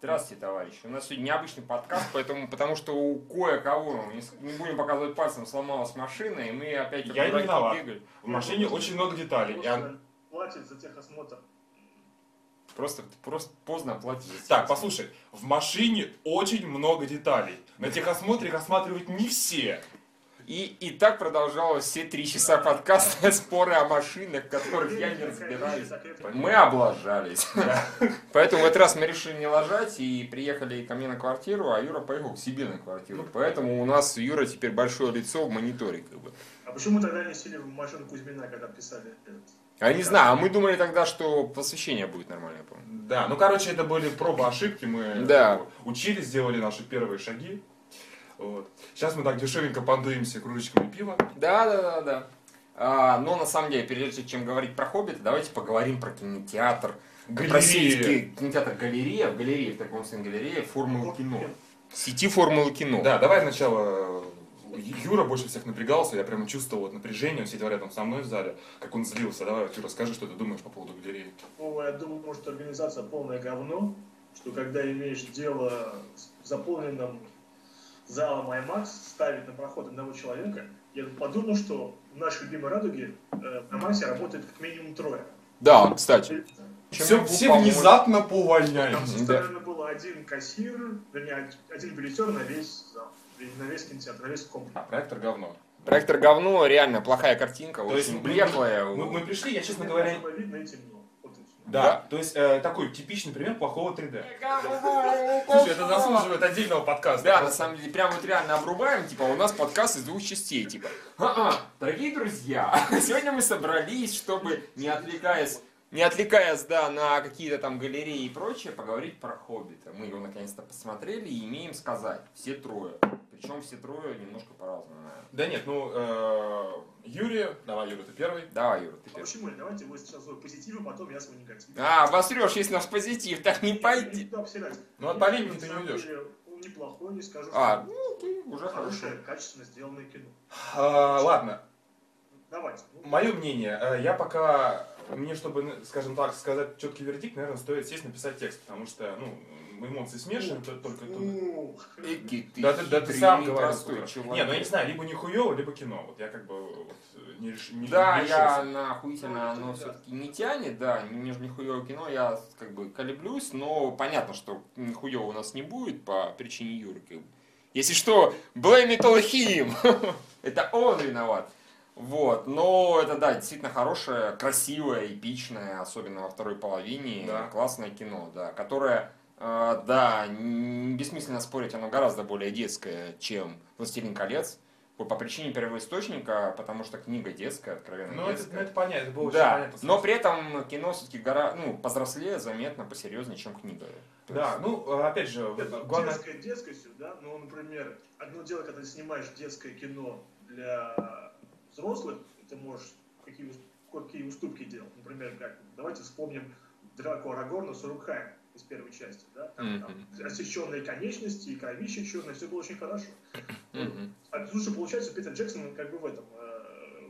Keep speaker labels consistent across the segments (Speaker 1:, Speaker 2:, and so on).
Speaker 1: Здравствуйте, товарищи. У нас сегодня необычный подкаст, поэтому, потому что у кое-кого, ну, не, с- не будем показывать пальцем, сломалась машина, и мы опять как
Speaker 2: Я не
Speaker 1: дураки
Speaker 2: виноват.
Speaker 1: бегали.
Speaker 2: В машине очень много деталей. и она-
Speaker 3: Просто платит за техосмотр.
Speaker 1: Просто, просто поздно платить. за
Speaker 2: Так,
Speaker 1: сервис.
Speaker 2: послушай, в машине очень много деталей. На техосмотре их осматривают не все.
Speaker 1: И, и так продолжалось все три часа подкаста споры о машинах, в которых я не разбираюсь. Мы облажались. Поэтому в этот раз мы решили не ложать и приехали ко мне на квартиру, а Юра поехал к себе на квартиру. Поэтому у нас у Юра теперь большое лицо в мониторе. Как бы.
Speaker 3: А почему тогда не сели в машину Кузьмина, когда писали?
Speaker 1: А не знаю, а мы думали тогда, что посвящение будет нормальное, по-моему.
Speaker 2: Да, ну короче, это были пробы ошибки. Мы
Speaker 1: Да.
Speaker 2: учились, сделали наши первые шаги. Вот. Сейчас мы так дешевенько пандуемся кружечками пива.
Speaker 1: Да, да, да, да. А, но на самом деле, прежде чем говорить про хоббита, давайте поговорим про кинотеатр. Про
Speaker 2: Галереи.
Speaker 1: сеть ки- кинотеатр галерея, в галерее, в таком смысле галерея, формулы кино. Сети формулы кино.
Speaker 2: Да, давай сначала. э, Юра больше всех напрягался, я прямо чувствовал вот напряжение, он сидел рядом со мной в зале, как он злился. Давай, вот, Юра, скажи, что ты думаешь по поводу галереи.
Speaker 3: Ну, я думаю, может, организация полное говно, что когда имеешь дело с заполненным залом IMAX, ставить на проход одного человека, я подумал, что в нашей любимой «Радуге» э, в IMAX работает как минимум трое.
Speaker 1: Да, кстати. Чем
Speaker 2: Все,
Speaker 1: могу
Speaker 2: все
Speaker 1: помочь?
Speaker 2: внезапно
Speaker 3: Там
Speaker 2: поувольняемся.
Speaker 3: составлено было один кассир, вернее, один билетер на весь зал, на весь кинотеатр, на весь комплекс.
Speaker 2: А, проектор говно.
Speaker 1: Проектор говно, реально плохая картинка,
Speaker 2: То есть
Speaker 1: очень
Speaker 2: мы-
Speaker 1: блеклая.
Speaker 2: Мы, мы пришли, я, честно
Speaker 3: Мне
Speaker 2: говоря,
Speaker 3: было видно и темно. ну, Вот и всё.
Speaker 2: Да, то есть э, такой типичный пример плохого 3D. Слушай, это заслуживает отдельного подкаста.
Speaker 1: Да, на самом деле, прям вот реально обрубаем, типа, у нас подкаст из двух частей, типа. «А-а, дорогие друзья, сегодня мы собрались, чтобы, не отвлекаясь, не отвлекаясь, да, на какие-то там галереи и прочее, поговорить про Хоббита. Мы его наконец-то посмотрели и имеем сказать, все трое. Причем все трое немножко по-разному, наверное.
Speaker 2: Да нет, ну, э, Юрия, давай, Юра, ты первый.
Speaker 1: Давай, Юра, ты
Speaker 3: А
Speaker 1: первый.
Speaker 3: почему? нет? Давайте вы сейчас свой позитив, а потом я свой негатив.
Speaker 1: А, обосрешь, есть наш позитив, так не пойди.
Speaker 2: Ну, от Полинина ты не уйдешь.
Speaker 3: Он неплохой, ну, не скажу,
Speaker 1: А,
Speaker 3: что
Speaker 1: ну окей, уже хорошо.
Speaker 3: хорошее, качественно сделанное кино.
Speaker 2: А, ладно,
Speaker 3: Давайте. Ну,
Speaker 2: мое мнение, э, я пока, мне, чтобы, ну, скажем так, сказать четкий вердикт, наверное, стоит сесть написать текст, потому что, ну, эмоции смешаны, то- только... только-
Speaker 3: ну,
Speaker 1: Эки ты,
Speaker 2: Да ты, да ты
Speaker 1: хитрый,
Speaker 2: сам
Speaker 1: непростой
Speaker 2: говорил.
Speaker 1: человек.
Speaker 2: Не, ну я не знаю, либо нихуево, либо кино. Вот я как бы вот, э, не реш- не-
Speaker 1: Да,
Speaker 2: не
Speaker 1: я
Speaker 2: решился.
Speaker 1: на охуительно
Speaker 3: Ну,
Speaker 1: оно
Speaker 3: это да.
Speaker 1: все-таки не тянет, да, между нихуево кино я как бы колеблюсь, но понятно, что нихуево у нас не будет по причине Юры. как бы. Если что, blame it on him. это он виноват. Вот, но это, да, действительно хорошее, красивое, эпичное, особенно во второй половине,
Speaker 2: Да.
Speaker 1: классное кино, да, которое, э, да, н- бессмысленно спорить, оно гораздо более детское, чем «Властелин колец», по, по причине первоисточника, потому что книга детская, откровенно
Speaker 2: Ну, это, ну,
Speaker 1: детская.
Speaker 2: это понятно, это было очень
Speaker 1: да,
Speaker 2: понятно.
Speaker 1: но при этом кино все-таки гора, ну, повзрослее, заметно, посерьезнее, чем книга. То
Speaker 2: Да,
Speaker 1: есть-
Speaker 2: ну, э, опять же,
Speaker 3: это
Speaker 2: главное...
Speaker 3: детское детскостью, да, но, например, одно дело, когда ты снимаешь детское кино для взрослых, и ты можешь какие, ус- какие уступки делать. Например, как, давайте вспомним драку Арагорна с Рукхаем из первой части, да, там, там отсеченные конечности и кровище черное, все было очень хорошо.
Speaker 2: ну,
Speaker 1: Мгм.
Speaker 3: А слушай, получается, Питер Джексон как бы в этом, э,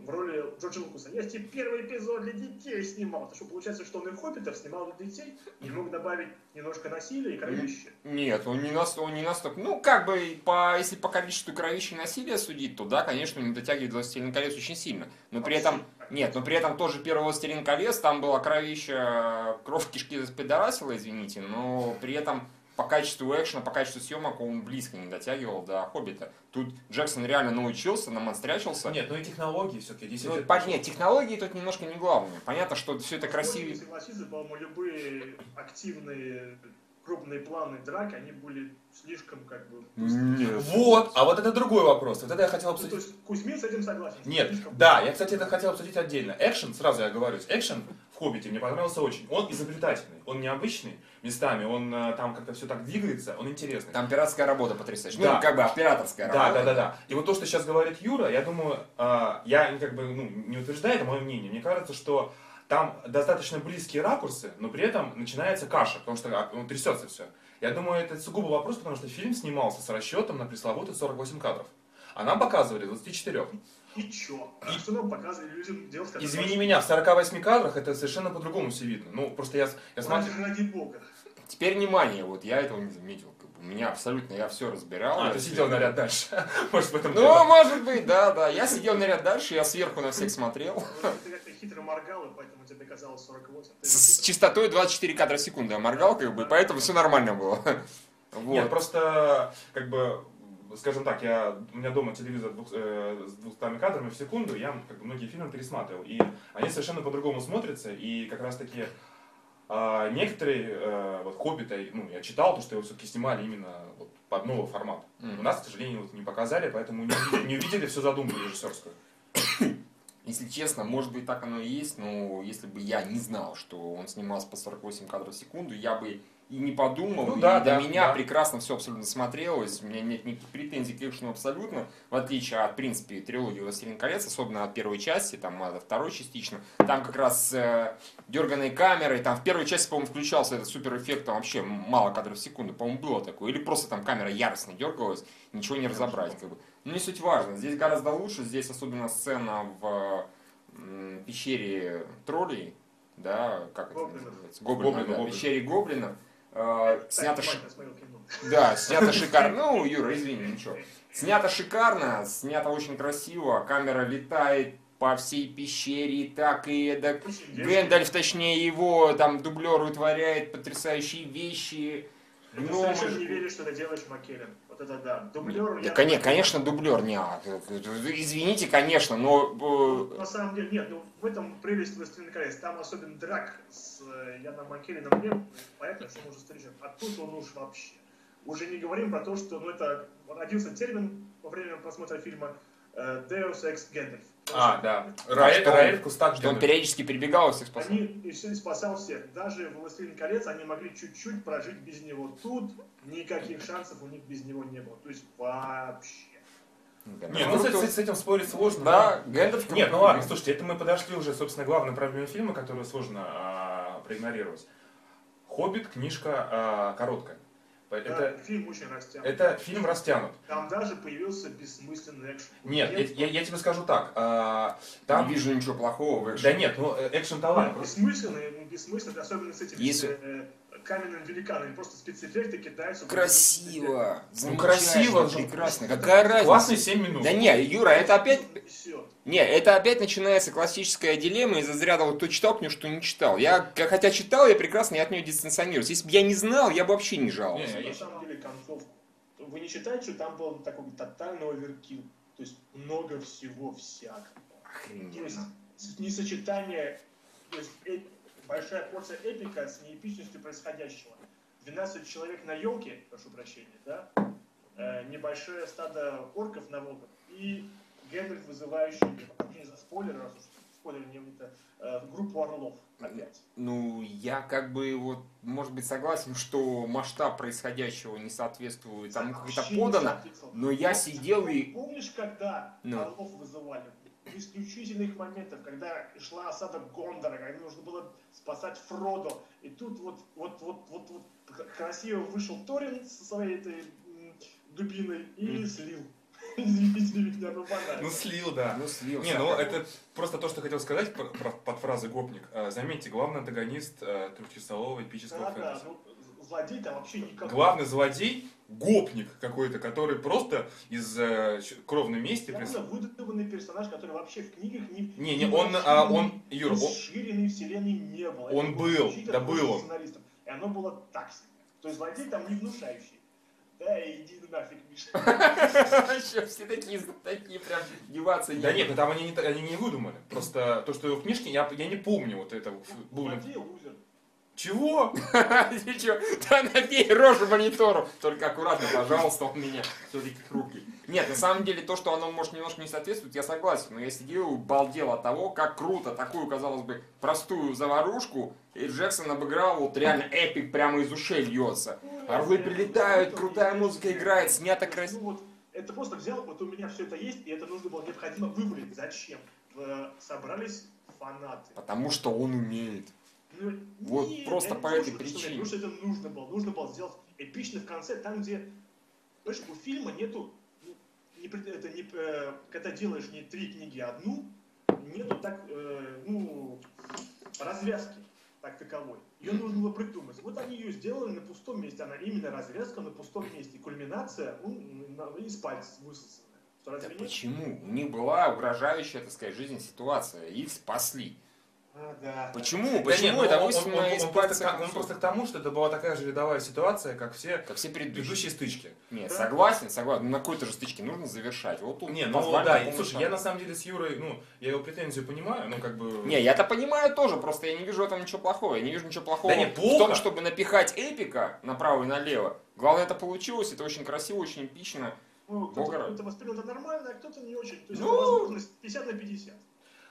Speaker 3: в роли Джорджа Лукаса. Я тебе первый эпизод для детей снимал. То что получается, что он и Хоббитов снимал для детей, и мог добавить немножко насилия и кровища.
Speaker 1: Нет, он не, нас, он не настолько... Ну, как бы, по, если по количеству кровищи и насилия судить, то да, конечно, не дотягивает до «Властелин колец» очень сильно. Но при этом... Нет, но при этом тоже первый «Властелин колец», там была кровища, э, кровь кишки спидорасила, извините, но при этом по качеству экшена, по качеству съемок он близко не дотягивал до «Хоббита». Тут Джексон реально научился, намонстрячился.
Speaker 2: Нет, ну и технологии все-таки.
Speaker 1: Ну, по- нет, технологии тут немножко не главное. Понятно, что все это красиво.
Speaker 3: Согласиться, по-моему, любые активные крупные планы драки, они были слишком как бы...
Speaker 1: Нет.
Speaker 2: Вот, а вот это другой вопрос. Вот это я хотел
Speaker 3: Ну, то
Speaker 2: обсудить.
Speaker 3: есть Кузьмин с этим согласен. что
Speaker 2: Нет,
Speaker 3: слишком-
Speaker 2: да, я, кстати, это хотел обсудить отдельно. Экшен, сразу я говорю, экшен в «Хоббите» мне понравился очень. Он изобретательный, он необычный местами, он э, там как-то все так двигается, он интересный.
Speaker 1: Там пиратская работа потрясающая.
Speaker 2: Да.
Speaker 1: Ну, как бы операторская
Speaker 2: Да, да,
Speaker 1: работа.
Speaker 2: да, да. И вот то, что сейчас говорит Юра, я думаю, э, я как бы ну, не утверждаю, это мое мнение. Мне кажется, что там достаточно близкие ракурсы, но при этом начинается каша, потому что а, ну, трясется все. Я думаю, это сугубо вопрос, потому что фильм снимался с расчетом на пресловутые 48 кадров. А нам показывали 24.
Speaker 3: И чё? А что нам показывали людям делать? когда-
Speaker 2: Извини меня, в 48 кадрах это совершенно по-другому все видно. Ну, просто я, с- я
Speaker 3: Ради-
Speaker 2: смотрю...
Speaker 3: Ради бога.
Speaker 1: Теперь внимание, вот я этого не заметил. Как бы, у меня абсолютно, я все разбирал.
Speaker 2: А,
Speaker 1: я
Speaker 2: ты
Speaker 1: всё-
Speaker 2: сидел наряд дальше. Может, в этом
Speaker 1: Ну,
Speaker 2: дело.
Speaker 1: может быть, да, да. Я сидел на ряд дальше, я сверху на всех смотрел.
Speaker 3: Ты как-то хитро моргал, и поэтому тебе казалось 48. Ты
Speaker 1: С, с частотой 24 кадра в секунду я моргал, как бы, поэтому все нормально было.
Speaker 2: Нет,
Speaker 1: Вот.
Speaker 2: просто, как бы, скажем так, я, у меня дома телевизор двух- э, с 200 кадрами в секунду, я как бы, многие фильмы пересматривал. И они совершенно по-другому смотрятся, и как раз таки а, некоторые, э, вот «Хоббита», ну, я читал, то, что его все-таки снимали именно вот под новый формат.
Speaker 1: Мгм.
Speaker 2: У нас, к сожалению, вот не показали, поэтому не, увидели- не увидели всю задумку режиссерскую.
Speaker 1: Если честно, может быть, так оно и есть, но если бы я не знал, что он снимался по 48 кадров в секунду, я бы и не подумал,
Speaker 2: Ну
Speaker 1: и
Speaker 2: да,
Speaker 1: до
Speaker 2: да,
Speaker 1: меня
Speaker 2: да.
Speaker 1: прекрасно все абсолютно смотрелось, у меня нет никаких претензий к экшену абсолютно, в отличие от, в принципе, трилогии «Властелин колец», особенно от первой части, там, а от второй частично, там как раз э, дерганые камеры, там в первой части, по-моему, включался этот суперэффект, там вообще мало кадров в секунду, по-моему, было такое, или просто там камера яростно дергалась, ничего не разобрать, как бы. Ну, не суть важно, здесь гораздо лучше, здесь особенно сцена в м, пещере троллей, да, как это
Speaker 3: Гоблинов.
Speaker 1: называется? Гоблинов,
Speaker 2: Гоблинов,
Speaker 1: да,
Speaker 2: гоблинов.
Speaker 1: пещере гоблинов. Э,
Speaker 3: так
Speaker 1: снято, ши-
Speaker 3: внимательно смотрел кино.
Speaker 1: да, снято шикарно. Ну, Юра, извини, ничего. Снято шикарно, снято очень красиво. Камера летает по всей пещере и так и эдак.
Speaker 3: Очень
Speaker 1: Гэндальф, точнее, его там дублер вытворяет потрясающие вещи. Ну,
Speaker 3: Ты совершенно не веришь, что ты делаешь Маккеллен. Вот это да. Дублер
Speaker 1: Да, коне- конечно, дублер не а. Извините, конечно, но э,
Speaker 3: На самом деле, нет, ну в этом прелесть «Властелина колец». Там особенно драк с э, Яном Маккелленом нет, понятно, что мы уже встречаем. А тут он уж вообще. Уже не говорим про то, что ну, это родился термин во время просмотра фильма э, Deus Ex Gandalf.
Speaker 2: А, да.
Speaker 1: Раэль-
Speaker 2: Раэль,
Speaker 1: Раэль
Speaker 2: Кустак
Speaker 1: что он периодически перебегал и всех спасал.
Speaker 3: Они и все- спасал всех. Даже в «Властелин колец» они могли чуть-чуть прожить без него. Тут никаких шансов у них без него не было. То есть вообще.
Speaker 1: Да,
Speaker 2: Не, ну, с, с- с этим спорить сложно.
Speaker 1: Да, Гэндальф.
Speaker 2: Нет, ну ладно, слушайте, это мы подошли уже, собственно, к главной проблеме фильма, которую сложно а, проигнорировать. «Хоббит» книжка а, короткая. По-
Speaker 3: Да,
Speaker 2: Это,
Speaker 3: фильм очень растянут.
Speaker 2: это фильм растянут.
Speaker 3: Там даже появился бессмысленный экшен.
Speaker 2: Нет, я, я- я тебе скажу так. а,
Speaker 1: Там
Speaker 2: там...
Speaker 1: не вижу ничего плохого в
Speaker 2: Да
Speaker 1: экшене.
Speaker 2: нет, ну э, экшен талант.
Speaker 3: Ладно,
Speaker 2: просто.
Speaker 3: бессмысленно, ну, бессмысленно, особенно с этими
Speaker 1: Если-
Speaker 3: э, каменными великанами. Просто спецэффекты кидаются.
Speaker 1: Красиво.
Speaker 2: Ну, красиво же.
Speaker 1: Прекрасно. Какая разница?
Speaker 2: Классные 7 минут.
Speaker 1: Да не, Юра, это опять...
Speaker 3: Все.
Speaker 1: Не, это опять начинается классическая дилемма из-за заряда вот кто читал книжку, что не читал. Я, к- хотя читал, я прекрасно от нее дистанционируюсь. Если бы я не знал, я бы вообще не жаловался.
Speaker 2: Не, я-
Speaker 3: На самом деле концовку. Вы не считаете, что там был такой тотальный оверкил? То есть много всего всякого. То есть
Speaker 1: Охрененно.
Speaker 3: с- несочетание, то есть э- большая порция эпика с неэпичностью происходящего. 12 человек на елке, прошу прощения, да? Э, небольшое стадо орков на волках и Гэндальф, вызывающий, не за спойлер, раз уж спойлер не это, э, группу орлов опять.
Speaker 1: Ну, я как бы вот, может быть, согласен, что масштаб происходящего не соответствует тому, как это
Speaker 3: Вообще
Speaker 1: подано.
Speaker 3: не соответствовало.
Speaker 1: но я сидел и-
Speaker 3: Помнишь, когда
Speaker 1: Ну.
Speaker 3: орлов вызывали? В исключительных моментах, когда шла осада Гондора, когда нужно было спасать Фродо. И тут вот, вот, вот, вот, вот к- красиво вышел Торин со своей этой м, дубиной и
Speaker 1: Мгм.
Speaker 3: слил. Извините меня, ну
Speaker 2: Ну
Speaker 3: банально.
Speaker 2: слил, да.
Speaker 1: Ну, слился.
Speaker 2: Не, ну это просто то, что хотел сказать про- про- под фразой «гопник». А, Заметьте, главный антагонист э, трехчасового эпического
Speaker 3: Да, да,
Speaker 2: фэнтези.
Speaker 3: ну злодей там вообще никакой.
Speaker 2: Главный злодей — гопник какой-то, который просто из э, ч- кровной мести... прис-
Speaker 3: Явно выдуманный персонаж, который вообще в книгах не...
Speaker 2: Не, не, он, а, он, Юра, он-
Speaker 3: Расширенной вселенной не было.
Speaker 2: Он
Speaker 3: Это
Speaker 2: был,
Speaker 3: исключительно
Speaker 2: да
Speaker 3: просто
Speaker 2: был он.
Speaker 3: сценаристом. И оно было так себе. То есть злодей там не внушающий. Да, иди ты нафиг, Миша.
Speaker 1: Вообще, все такие, такие прям деваться
Speaker 2: Да нет,
Speaker 1: некуда.
Speaker 2: ну там они не, та- они не выдумали. Просто то, что в книжке, я, я не помню вот это. ф- было.
Speaker 3: Злодей лузер.
Speaker 2: Чего?
Speaker 1: Ты чё? Да набей рожу монитору. Только аккуратно, пожалуйста, у меня все-таки руки. Нет, на самом деле то, что оно может немножко не соответствует, я согласен. Но я сидел и балдел от того, как круто такую, казалось бы, простую заварушку и Джексон обыграл, вот реально эпик прямо из ушей льется.
Speaker 2: А
Speaker 1: Орлы прилетают, крутая музыка играет, снято красиво.
Speaker 3: Ну вот, это просто взял, вот у меня все это есть, и это нужно было необходимо вывалить. Зачем? Э, Собрались фанаты.
Speaker 1: Потому что он умеет.
Speaker 3: Ну,
Speaker 1: Вот
Speaker 3: нет,
Speaker 1: просто
Speaker 3: я не
Speaker 1: по
Speaker 3: думаю,
Speaker 1: этой
Speaker 3: что это что-то,
Speaker 1: причине.
Speaker 3: Потому что это нужно было. Нужно было сделать эпично в конце, там, где... Понимаешь, у фильма нету... ну, не пред- это не, э, когда делаешь не три книги, а одну, нету так, э, ну, развязки. так таковой. Ее нужно было придумать. Вот они ее сделали на пустом месте. Она именно разрезка на пустом месте. Кульминация м, на- из пальцев высосанная. Что,
Speaker 1: Да
Speaker 3: разве нет?
Speaker 1: почему? У них была угрожающая, так сказать, жизнь ситуация. Их спасли.
Speaker 3: А, да.
Speaker 1: Почему?
Speaker 2: Да нет,
Speaker 1: Почему
Speaker 2: ну,
Speaker 1: это
Speaker 2: он- он-
Speaker 1: высосано
Speaker 2: он-
Speaker 1: из
Speaker 2: он просто
Speaker 1: пальца?
Speaker 2: к- Он просто к тому, что это была такая же рядовая ситуация, как все
Speaker 1: Как все
Speaker 2: предыдущие
Speaker 1: предыдущие.
Speaker 2: стычки.
Speaker 1: Нет,
Speaker 3: Да.
Speaker 1: согласен, согласен. Но на какой-то же стычке нужно завершать. Вот тут
Speaker 2: Не, ну
Speaker 1: позвали
Speaker 2: да,
Speaker 1: на
Speaker 2: и,
Speaker 1: помощь
Speaker 2: слушай, я
Speaker 1: нам.
Speaker 2: на самом деле с Юрой, ну, я его претензию понимаю, ну как бы...
Speaker 1: Не, я-то понимаю тоже, просто я не вижу в этом ничего плохого. Я не вижу ничего плохого
Speaker 2: Да не,
Speaker 1: в
Speaker 2: плохо.
Speaker 1: том, чтобы напихать эпика направо и налево. Главное, это получилось, это очень красиво, очень эпично.
Speaker 3: Ну,
Speaker 1: Бога
Speaker 3: кто-то,
Speaker 1: ради.
Speaker 3: кто-то воспринял это нормально, а кто-то не очень. То есть
Speaker 1: Ну.
Speaker 3: это возможность 50 на 50.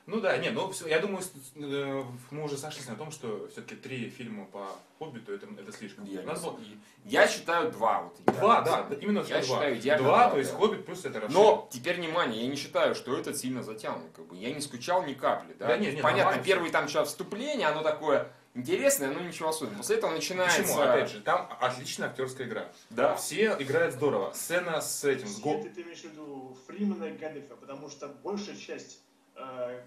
Speaker 2: Ну да, не, ну всё, я думаю, с- с- э, мы уже сошлись на том, что все-таки три фильма по Хоббиту это, это слишком.
Speaker 1: Я,
Speaker 2: Надо было-
Speaker 1: я считаю два. Вот,
Speaker 2: Два, да, именно что
Speaker 1: Я
Speaker 2: два.
Speaker 1: считаю, идеально
Speaker 2: два,
Speaker 1: два,
Speaker 2: то есть
Speaker 1: да.
Speaker 2: Хоббит плюс это Рошен.
Speaker 1: Но теперь внимание, я не считаю, что этот сильно затянут. Как бы. Я не скучал ни капли. Да?
Speaker 2: Да не, не,
Speaker 1: Понятно,
Speaker 2: нормально
Speaker 1: первое там сейчас вступление, оно такое интересное, но ничего особенного. После этого начинается...
Speaker 2: Почему? Опять же, там отличная актерская игра.
Speaker 1: Да.
Speaker 2: Все играют здорово. Сцена с этим, с го-
Speaker 3: Нет, ты имеешь в виду Фримена и Галлифа, потому что большая часть э,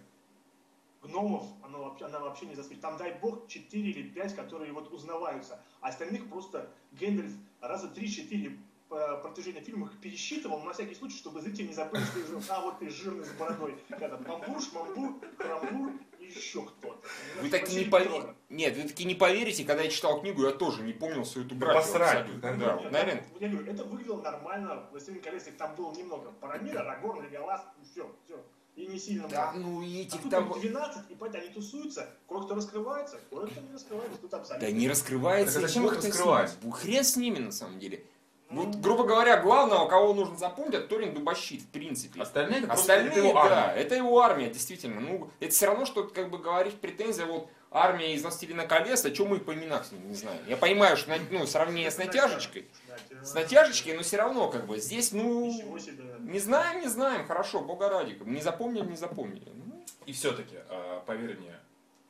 Speaker 3: гномов, она вообще, она вообще не засвечена. Там, дай бог, 4 или 5, которые вот узнаваются. А остальных просто Гэндальф раза 3-4 по протяжении фильма их пересчитывал на всякий случай, чтобы зрители не забыли, что их зовут. а вот ты жирный с бородой. Когда Мамбур, Шмамбур, Крамбур и еще кто-то.
Speaker 1: Вы таки не
Speaker 3: Василий
Speaker 1: поверите.
Speaker 3: Петров.
Speaker 1: Нет, вы таки не поверите, когда я читал книгу, я тоже не помнил свою эту братью
Speaker 2: Посрать.
Speaker 1: абсолютно. Да,
Speaker 3: Нет,
Speaker 1: вот, наверное.
Speaker 3: Я говорю, это выглядело нормально. «Властелин колец», их там было немного. а Парамир, Арагорн, Леголас, все, все. ну, И не сильно
Speaker 1: Да,
Speaker 3: много.
Speaker 1: ну и
Speaker 3: А
Speaker 1: этих
Speaker 3: тут
Speaker 1: там...
Speaker 3: их 12, и понимаете, они тусуются, кое-кто раскрывается, кое-кто не раскрывается, Ну, тут абсолютно.
Speaker 1: Да не раскрывается.
Speaker 2: Так а зачем
Speaker 1: бог
Speaker 2: их
Speaker 1: ты с ним.
Speaker 2: раскрывать?
Speaker 1: Бу- Хрен с ними, на самом деле.
Speaker 3: Ну,
Speaker 1: Вот, грубо говоря, главного, кого нужно запомнить, это Торин Дубащит, в принципе.
Speaker 2: Остальные это просто
Speaker 1: Остальные,
Speaker 2: это его армия.
Speaker 1: да, это его армия, действительно. Ну, это все равно, что, как бы, говорить претензия, вот, армия из «Властелина колец», о чем мы их по именах с ним не знаем. Я понимаю, что, на- ну, сравнение с натяжечкой,
Speaker 3: Натяжечка.
Speaker 1: с натяжечкой, но все равно, как бы, здесь, ну,
Speaker 3: типа, Ничего себе.
Speaker 1: не знаем, не знаем, хорошо, бога ради, как бы, не запомнили, не запомнили. Ну,
Speaker 2: И все-таки, поверь мне,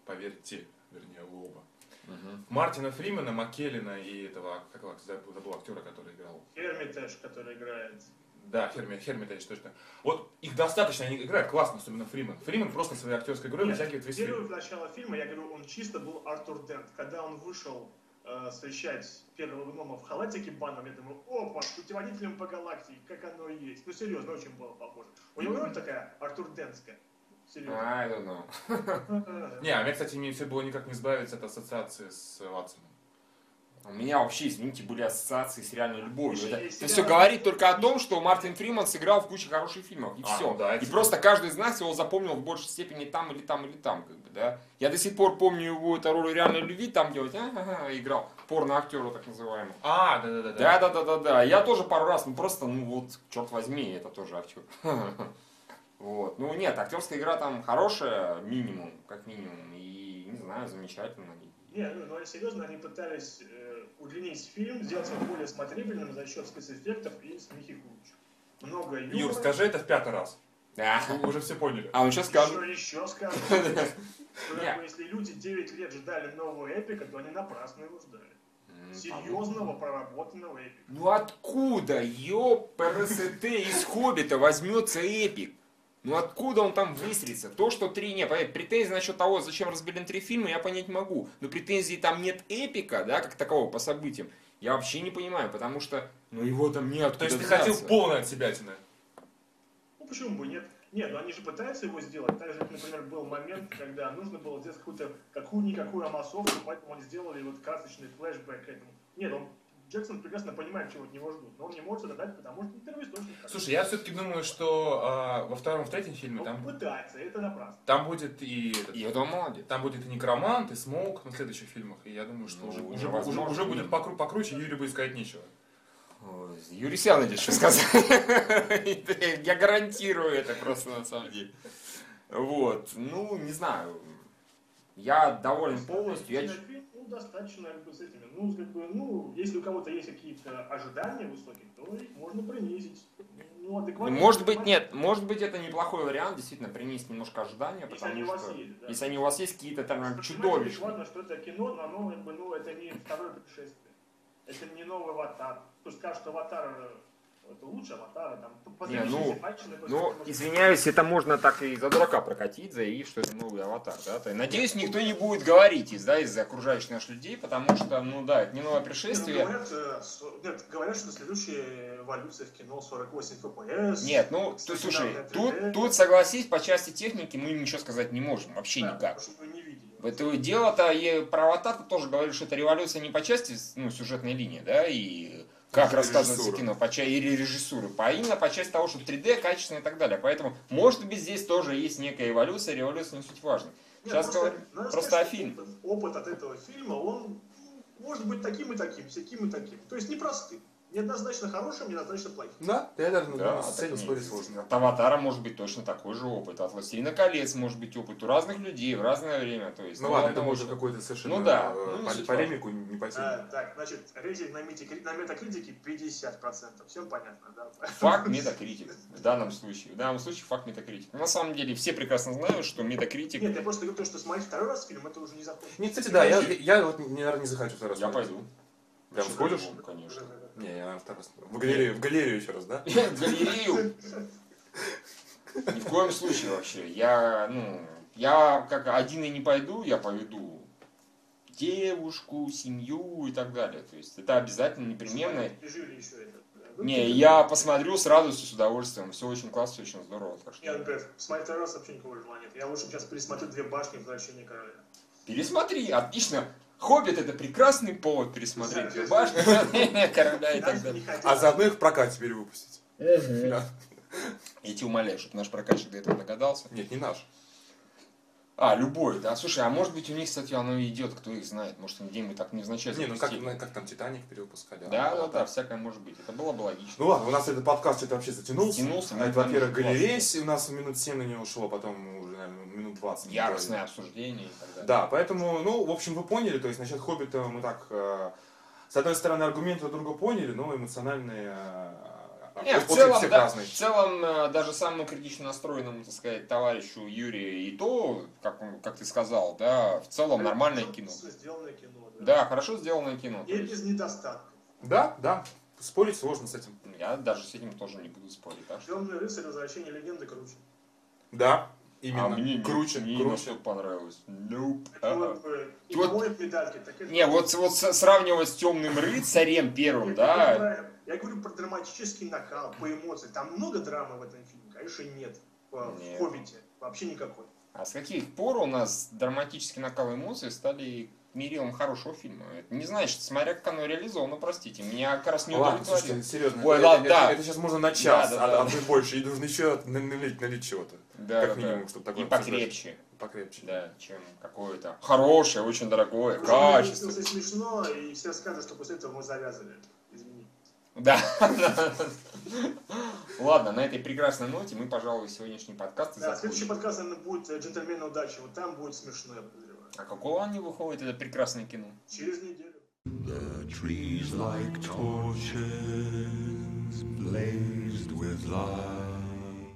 Speaker 2: поверьте, вернее, вы оба. Мартина Фримена, Маккеллина и этого, как его, забыл забыл актера, который играл.
Speaker 3: Эрмитаж, который играет.
Speaker 2: Да, Херми, Хермитаж, точно. Вот их достаточно, они играют классно, особенно Фримен. Фримен просто своей актерской игрой
Speaker 3: Нет,
Speaker 2: вытягивает весь
Speaker 3: Первый
Speaker 2: фильм.
Speaker 3: в начало фильма, я говорю, он чисто был Артур Дент. Когда он вышел э, освещать первого гнома в халатике банном, я думаю, опа, путеводителем по галактике, как оно и есть. Ну, серьезно, очень было похоже. У него роль такая Артур Дентская. Серьезно.
Speaker 1: I don't know.
Speaker 2: Не, а мне, кстати, мне все было никак не избавиться от ассоциации с Ватсоном.
Speaker 1: У меня вообще, извините, были ассоциации с реальной любовью.
Speaker 3: Слушай,
Speaker 1: Это,
Speaker 3: есть
Speaker 1: все
Speaker 3: сериал-
Speaker 1: говорит только о том, что Мартин Фриман сыграл в куче хороших фильмов. И
Speaker 2: А,
Speaker 1: все.
Speaker 2: да,
Speaker 1: и
Speaker 2: это-
Speaker 1: просто каждый из нас его запомнил в большей степени там или там, или там, как бы, да. Я до сих пор помню его эту роль реальной любви, там где вот, «А, ага, играл порно-актера так называемого.
Speaker 2: А, да-да-да.
Speaker 1: Да, да, да, да, да. Я тоже пару раз, ну просто, ну вот, черт возьми, это тоже актер. Вот. Ну нет, актерская игра там хорошая, минимум, как минимум. И не знаю, замечательно.
Speaker 3: Не, ну, ну, серьезно, они пытались э, удлинить фильм, сделать его более смотрибельным за счет спецэффектов и смехи куч. Много юмора.
Speaker 2: Юр, скажи это в пятый раз.
Speaker 1: Да.
Speaker 2: Вы уже все поняли.
Speaker 1: А он сейчас скажет.
Speaker 3: Еще, еще скажу. Ну, как бы, Если люди 9 лет ждали нового эпика, то они напрасно его ждали.
Speaker 1: М,
Speaker 3: Серьезного, проработанного эпика.
Speaker 1: Ну откуда, ПРСТ из Хоббита возьмется эпик? Ну откуда он там выстрелится? То, что три... Нет, понятно, претензии насчет того, зачем разбилен три фильма, я понять могу. Но претензий там нет эпика, да, как такового по событиям. Я вообще не понимаю, потому что... Ну его там нет.
Speaker 2: То есть ты хотел полное от себя
Speaker 3: Ну почему бы и нет? Нет, ну они же пытаются его сделать. Так же, как, например, был момент, когда нужно было сделать какую-то какую-никакую амасовку, поэтому они сделали вот красочный флешбэк к этому. Нет, он Джексон прекрасно понимает, чего от него ждут, но он не может это дать, потому что первый источник.
Speaker 2: Слушай, я все-таки думаю, что а, во втором, в третьем фильме
Speaker 3: он
Speaker 2: там,
Speaker 3: пытается, это напрасно.
Speaker 2: там будет и этот,
Speaker 1: И вот он молодец.
Speaker 2: там будет и некромант, и смоук на следующих фильмах. И я думаю, что
Speaker 1: Ну,
Speaker 2: уже, уже,
Speaker 1: возможно,
Speaker 2: уже- уже
Speaker 1: нет.
Speaker 2: будет покру- покруче, Юрию будет сказать нечего.
Speaker 1: Ой, Юрий Сянович что сказал. Я гарантирую это просто на самом деле. Вот. Ну, не знаю. Я доволен полностью. Я...
Speaker 3: Фильм, Ну, достаточно как бы, с этими. Ну, как бы, ну, если у кого-то есть какие-то ожидания высокие, то их можно принизить. Ну, адекватно.
Speaker 1: Может быть, нет, может быть, это неплохой вариант, действительно, принести немножко ожидания,
Speaker 3: Если
Speaker 1: потому
Speaker 3: они у
Speaker 1: что
Speaker 3: вас есть, да.
Speaker 1: если они у вас есть какие-то там
Speaker 3: Понимаете,
Speaker 1: чудовищные.
Speaker 3: Ладно, что это кино, но оно, как бы, ну, это не второе путешествие. Это не новый аватар. Кто скажет, что аватар э, это лучше аватара, там по- по
Speaker 1: Не, ну,
Speaker 3: зрелищности патчены, то есть
Speaker 1: Ну,
Speaker 3: это может-
Speaker 1: извиняюсь, это можно так и за дурака прокатить, заявив, что это новый аватар. Да? То есть, Надеюсь, никто
Speaker 3: ну
Speaker 1: не будет говорить из, да, из окружающих наших людей, потому что, ну да, это не новое
Speaker 3: Ну,
Speaker 1: пришествие.
Speaker 3: Говорят, э, со- нет, говорят, что следующая эволюция в кино 48 FPS.
Speaker 1: Нет, ну, ты, слушай, тут, тут согласись, по части техники мы ничего сказать не можем, вообще
Speaker 3: Да,
Speaker 1: никак.
Speaker 3: потому что мы не видели.
Speaker 1: В это дело-то и про аватар тоже говорили, что это революция не по части ну, сюжетной линии, да, и как
Speaker 2: Или
Speaker 1: рассказывается
Speaker 2: режиссуры.
Speaker 1: кино, по ча- или режиссуры, а именно по части того, что 3D качественно и так далее. Поэтому, может быть, здесь тоже есть некая эволюция, революция не суть важна.
Speaker 3: Нет,
Speaker 1: Сейчас
Speaker 3: просто,
Speaker 1: говорю,
Speaker 3: надо
Speaker 1: просто
Speaker 3: сказать,
Speaker 1: о фильме.
Speaker 3: что Опыт от этого фильма, он ну, может быть таким и таким, всяким и таким. То есть непростым. Неоднозначно хорошим, неоднозначно плохим.
Speaker 2: Да, я даже думаю, с
Speaker 1: так
Speaker 2: этим
Speaker 1: и
Speaker 2: спорить
Speaker 1: есть.
Speaker 2: сложно.
Speaker 1: От Аватара может быть точно такой же опыт, от Властелина колец может быть опыт у разных людей в разное время. То есть,
Speaker 2: Ну ладно, это
Speaker 1: главное,
Speaker 2: можно
Speaker 1: что-
Speaker 2: какую-то совершенно
Speaker 1: Ну да,
Speaker 2: э,
Speaker 1: ну не
Speaker 2: пол-
Speaker 1: суть
Speaker 2: полемику не по
Speaker 3: А,
Speaker 2: теме.
Speaker 3: так, значит, рейтинг на, метикри- на метакритике 50%. Всем понятно, да?
Speaker 1: Факт метакритик в данном случае. В данном случае факт метакритик. На самом деле все прекрасно знают, что метакритик...
Speaker 3: Нет, я просто говорю, то, что смотреть второй раз фильм, это уже не захочется.
Speaker 2: Не, кстати, да, я, я вот, наверное, не захочу второй раз.
Speaker 1: Я
Speaker 2: смотреть.
Speaker 1: пойду.
Speaker 2: Прям
Speaker 1: Почему?
Speaker 2: сходишь?
Speaker 1: Ну, Конечно.
Speaker 2: Не, я второй раз. В галерею, в галерею еще раз, да?
Speaker 1: В галерею. Ни в коем случае вообще. Я, ну, я как один и не пойду, я поведу девушку, семью и так далее. То есть это обязательно, непременно.
Speaker 3: Смотрите, пережили еще это.
Speaker 1: Не, я посмотрю с радостью, с удовольствием. Все очень классно, все очень здорово. Так
Speaker 3: Я,
Speaker 1: что
Speaker 3: например, смотреть второй раз вообще никакого желания нет. Я лучше сейчас пересмотрю «Две башни. Возвращение короля».
Speaker 1: пересмотри, отлично. Хоббит это прекрасный повод пересмотреть
Speaker 3: Да.
Speaker 1: «Две башни, короля и так
Speaker 3: Даже не
Speaker 1: далее.
Speaker 3: хотел.
Speaker 2: А заодно их в прокат теперь выпустить. Да.
Speaker 1: Я тебя умоляю, чтобы наш прокатчик до этого догадался.
Speaker 2: Нет, не наш.
Speaker 1: А, любой, да. Слушай, а может быть у них, кстати, оно и идет, кто их знает. Может, они где-нибудь так невзначай
Speaker 2: Не, ну как,
Speaker 1: запустили.
Speaker 2: ну как там Титаник перевыпускали? а?
Speaker 1: Да, да, да, всякое может быть. Это было бы логично.
Speaker 2: Ну ладно, у нас этот подкаст это вообще затянулся.
Speaker 1: Затянулся,
Speaker 2: А
Speaker 1: ну,
Speaker 2: это, во-первых,
Speaker 1: конечно,
Speaker 2: галерея, у нас минут 7 на нее ушло, потом уже, наверное, минут 20.
Speaker 1: Яростное обсуждение и так далее.
Speaker 2: Ну, Да, поэтому, ну, в общем, вы поняли, то есть насчет Хоббита мы так, э, с одной стороны, аргументы друг друга поняли, но эмоциональные э,
Speaker 1: Не, в
Speaker 2: отклик
Speaker 1: целом,
Speaker 2: всех
Speaker 1: да,
Speaker 2: разный.
Speaker 1: в целом, э, даже самому критично настроенному, так сказать, товарищу Юрию и то, как, он- как ты сказал, да, в целом нормальное кино.
Speaker 3: Сделанное кино, да.
Speaker 1: Да, хорошо сделанное кино. То
Speaker 3: И
Speaker 1: есть,
Speaker 3: без недостатков.
Speaker 2: Да, да, спорить сложно с этим.
Speaker 1: Я даже с этим тоже не буду спорить. Так что...
Speaker 3: «Темный рыцарь. Возвращение легенды» круче.
Speaker 2: Да,
Speaker 1: А
Speaker 2: именно.
Speaker 1: мне нет,
Speaker 2: круче,
Speaker 1: мне
Speaker 2: круче.
Speaker 1: настолько понравилось. Nope.
Speaker 3: Это
Speaker 1: Ага.
Speaker 3: вот э, и
Speaker 1: Вот-
Speaker 3: моет медальки. так это-
Speaker 1: Не, вот, вот с- сравнивать с темным рыцарем первым,
Speaker 3: Нет,
Speaker 1: да,
Speaker 3: я понимаю. Я говорю про драматический накал, по эмоциям. Там много драмы в этом фильме? Конечно, нет. В
Speaker 1: Нет.
Speaker 3: «Хоббите» вообще никакой.
Speaker 1: А с каких пор у нас драматический накал эмоций стали мерилом хорошего фильма? Это не значит, смотря как оно реализовано, простите. Меня как раз не
Speaker 2: Ладно,
Speaker 1: удовлетворило.
Speaker 2: слушайте, серьезно,
Speaker 1: Ой,
Speaker 2: это,
Speaker 1: ладно, да.
Speaker 2: сейчас можно на час,
Speaker 1: Да,
Speaker 2: а,
Speaker 1: да, да.
Speaker 2: а то и больше, и нужно еще на- налить, налить чего-то.
Speaker 1: Да,
Speaker 2: как
Speaker 1: да,
Speaker 2: минимум,
Speaker 1: да.
Speaker 2: чтобы такое
Speaker 1: И
Speaker 2: обсуждать.
Speaker 1: покрепче,
Speaker 2: Покрепче.
Speaker 1: да, чем какое-то хорошее, очень дорогое,
Speaker 3: Потому что мне
Speaker 1: качество.
Speaker 3: кажется, смешно, и все скажут, что после этого мы завязывали. Извини.
Speaker 1: Да. Ладно, на этой прекрасной ноте мы, пожалуй, сегодняшний подкаст и
Speaker 3: Да, следующий
Speaker 1: закончим.
Speaker 3: подкаст, наверное, будет э, «Джентльмены удачи». Вот там будет смешно, я подозреваю.
Speaker 1: А какого они выходит, это прекрасное кино?
Speaker 3: Через неделю.
Speaker 4: The trees like torches blazed with light.